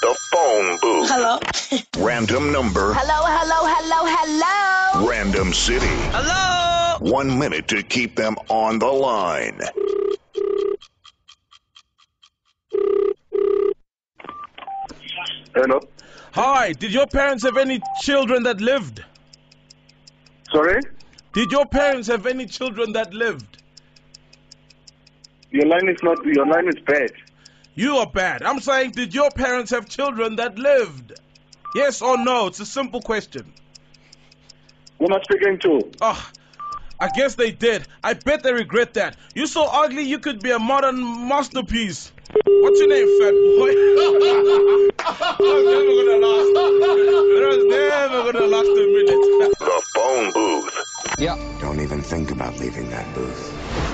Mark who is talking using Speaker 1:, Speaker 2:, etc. Speaker 1: phone booth.
Speaker 2: Hello.
Speaker 1: Random number.
Speaker 2: Hello, hello, hello, hello.
Speaker 1: Random city.
Speaker 3: Hello.
Speaker 1: One minute to keep them on the line.
Speaker 4: Hello.
Speaker 5: Hi, did your parents have any children that lived?
Speaker 4: Sorry?
Speaker 5: Did your parents have any children that lived?
Speaker 4: Your line is not. Your line is bad.
Speaker 5: You are bad. I'm saying, did your parents have children that lived? Yes or no? It's a simple question.
Speaker 4: Who am I speaking to?
Speaker 5: Oh, I guess they did. I bet they regret that. You're so ugly, you could be a modern masterpiece. What's your name, fat boy? I was never gonna last. I was never gonna last a minute.
Speaker 1: The phone booth.
Speaker 6: Don't even think about leaving that booth.